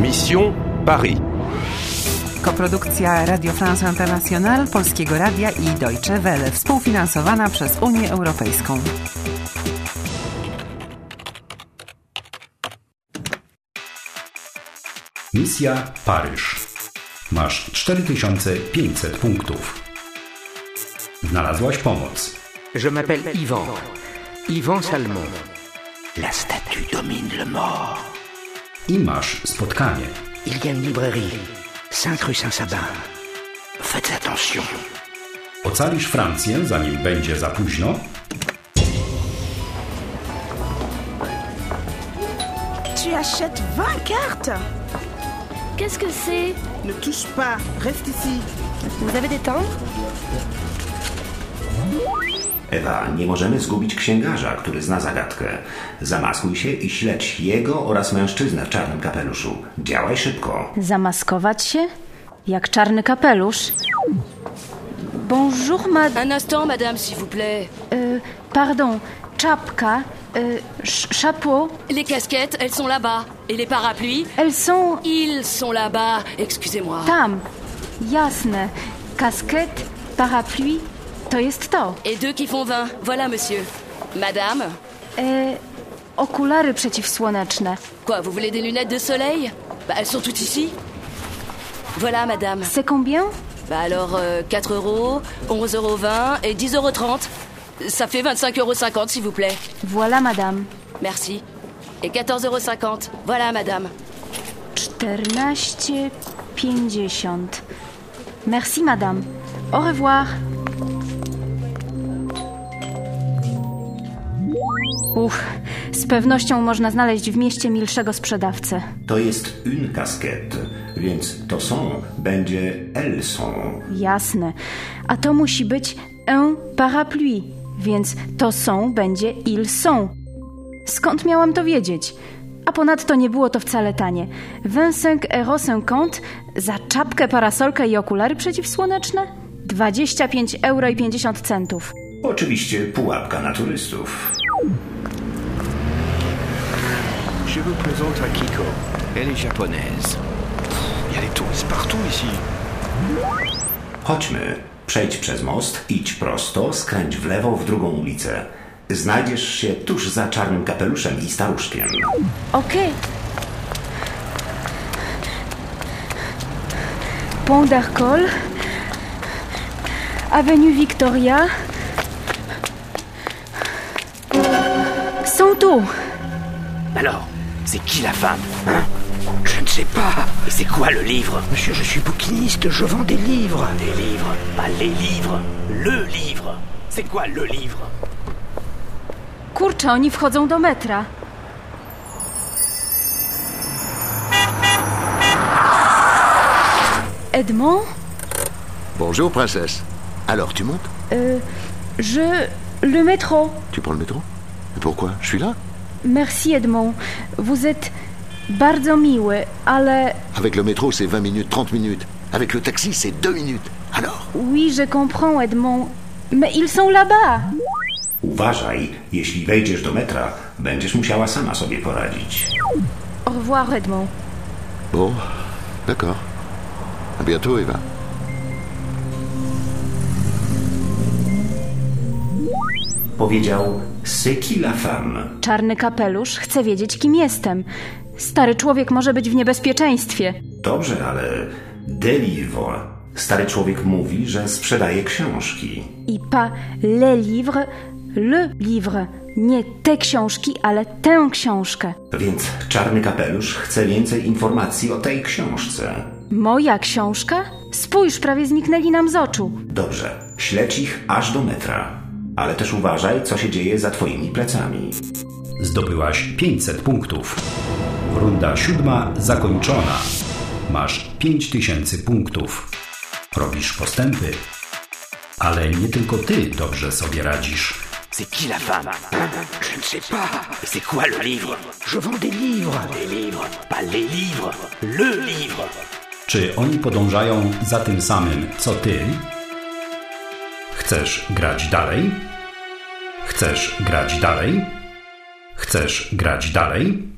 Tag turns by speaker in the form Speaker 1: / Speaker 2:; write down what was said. Speaker 1: Mission Paris.
Speaker 2: Koprodukcja Radio France International, Polskiego Radia i Deutsche Welle, współfinansowana przez Unię Europejską.
Speaker 3: Misja Paryż. Masz 4500 punktów. Znalazłaś pomoc.
Speaker 4: Je m'appelle Yvan. Yvan Salmon. La statue domine le mort.
Speaker 3: I masz spotkanie.
Speaker 4: Il y a une librairie. 5 rue Saint-Sabin. Faites attention.
Speaker 3: Ocalisz Francję, zanim będzie za późno.
Speaker 5: Tu achètes 20 cartes
Speaker 6: Qu'est-ce que c'est
Speaker 5: Ne touche pas, reste ici.
Speaker 6: Vous avez des timbres
Speaker 7: Ewa, nie możemy zgubić księgarza, który zna zagadkę. Zamaskuj się i śledź jego oraz mężczyznę w czarnym kapeluszu. Działaj szybko.
Speaker 8: Zamaskować się? Jak czarny kapelusz? Bonjour, ma...
Speaker 6: Un instant, madame, s'il vous plaît.
Speaker 8: y, pardon, czapka, y, sz- chapeau,
Speaker 6: Les casquettes, elles sont là-bas. Et les parapluies,
Speaker 8: elles sont
Speaker 6: ils sont là-bas. Excusez-moi.
Speaker 8: tam. Jasne. Kasket, parapluie, to jest to.
Speaker 6: Et deux qui font 20. Voilà, monsieur. Madame
Speaker 8: Y, okulary przeciwsłoneczne.
Speaker 6: Quoi, vous voulez des lunettes de soleil Bah, elles sont toutes ici. Voilà, madame.
Speaker 8: C'est combien?
Speaker 6: Bah alors, euh, 4 euros, 11,20 euros et 10,30 euros. Ça fait 25,50 euros, s'il vous plaît.
Speaker 8: Voilà, madame.
Speaker 6: Merci. Et 14,50 euros. Voilà, madame.
Speaker 8: 14,50. Merci, madame. Au revoir. Uch, z pewnością można znaleźć w mieście milszego sprzedawcę.
Speaker 7: To jest une casquette, więc to są będzie elles sont.
Speaker 8: Jasne. A to musi być un parapluie, więc to są będzie ils sont. Skąd miałam to wiedzieć? A ponadto nie było to wcale tanie. 25 euros 50 za czapkę, parasolkę i okulary przeciwsłoneczne? 25 euro i 50 centów.
Speaker 7: Oczywiście pułapka na turystów.
Speaker 9: Je vous présente Akiko. Elle est japonaise. Il y a des touristes partout ici.
Speaker 7: Chodźmy. Przejdź przez most, idź prosto, skręć w lewo w drugą ulicę. Znajdziesz się tuż za czarnym kapeluszem i staruszkiem.
Speaker 8: Okej. Pont d'Arcole, Avenue Victoria. Są tu.
Speaker 4: Alors, c'est qui la femme Hein Je ne sais pas. Et c'est quoi le livre Monsieur, je suis bouquiniste, je vends des livres. Des livres Pas les livres, le livre. C'est quoi le livre
Speaker 8: Kurczę, oni wchodzą do metra. Edmond,
Speaker 10: Bonjour, princesse. Alors, tu montes
Speaker 8: je... Le métro.
Speaker 10: Tu prends le métro Et Pourquoi Je suis là
Speaker 8: Merci Edmond. Vous êtes bardzo miły, ale...
Speaker 10: Avec le métro, c'est 20 minutes, 30 minutes. Avec le taxi, c'est 2 minutes. Alors
Speaker 8: Oui, je comprends Edmond. Mais ils sont là-bas.
Speaker 7: Uważaj, jeśli wejdziesz do metra, będziesz musiała sama sobie poradzić.
Speaker 8: Au revoir, Edmond.
Speaker 10: Bon, d'accord. À bientôt, Eva.
Speaker 7: Powiedział C'est qui la femme?
Speaker 8: Czarny kapelusz chce wiedzieć, kim jestem. Stary człowiek może być w niebezpieczeństwie.
Speaker 7: Dobrze, ale deliver. Stary człowiek mówi, że sprzedaje książki.
Speaker 8: I pas les livres, le livre. Nie te książki, ale tę książkę.
Speaker 7: Więc czarny kapelusz chce więcej informacji o tej książce.
Speaker 8: Moja książka? Spójrz, prawie zniknęli nam z oczu.
Speaker 7: Dobrze, śledź ich aż do metra. Ale też uważaj, co się dzieje za twoimi plecami.
Speaker 3: Zdobyłaś 500 punktów. Runda siódma zakończona. Masz 5000 punktów. Robisz postępy. Ale nie tylko ty dobrze sobie radzisz.
Speaker 4: C'est qui la femme Hein Je ne sais pas. Et c'est quoi le livre Je vends des livres. Des livres Pas les livres, le livre.
Speaker 3: Czy oni podążają za tym samym, co ty? Chcesz grać dalej? Chcesz grać dalej? Chcesz grać dalej?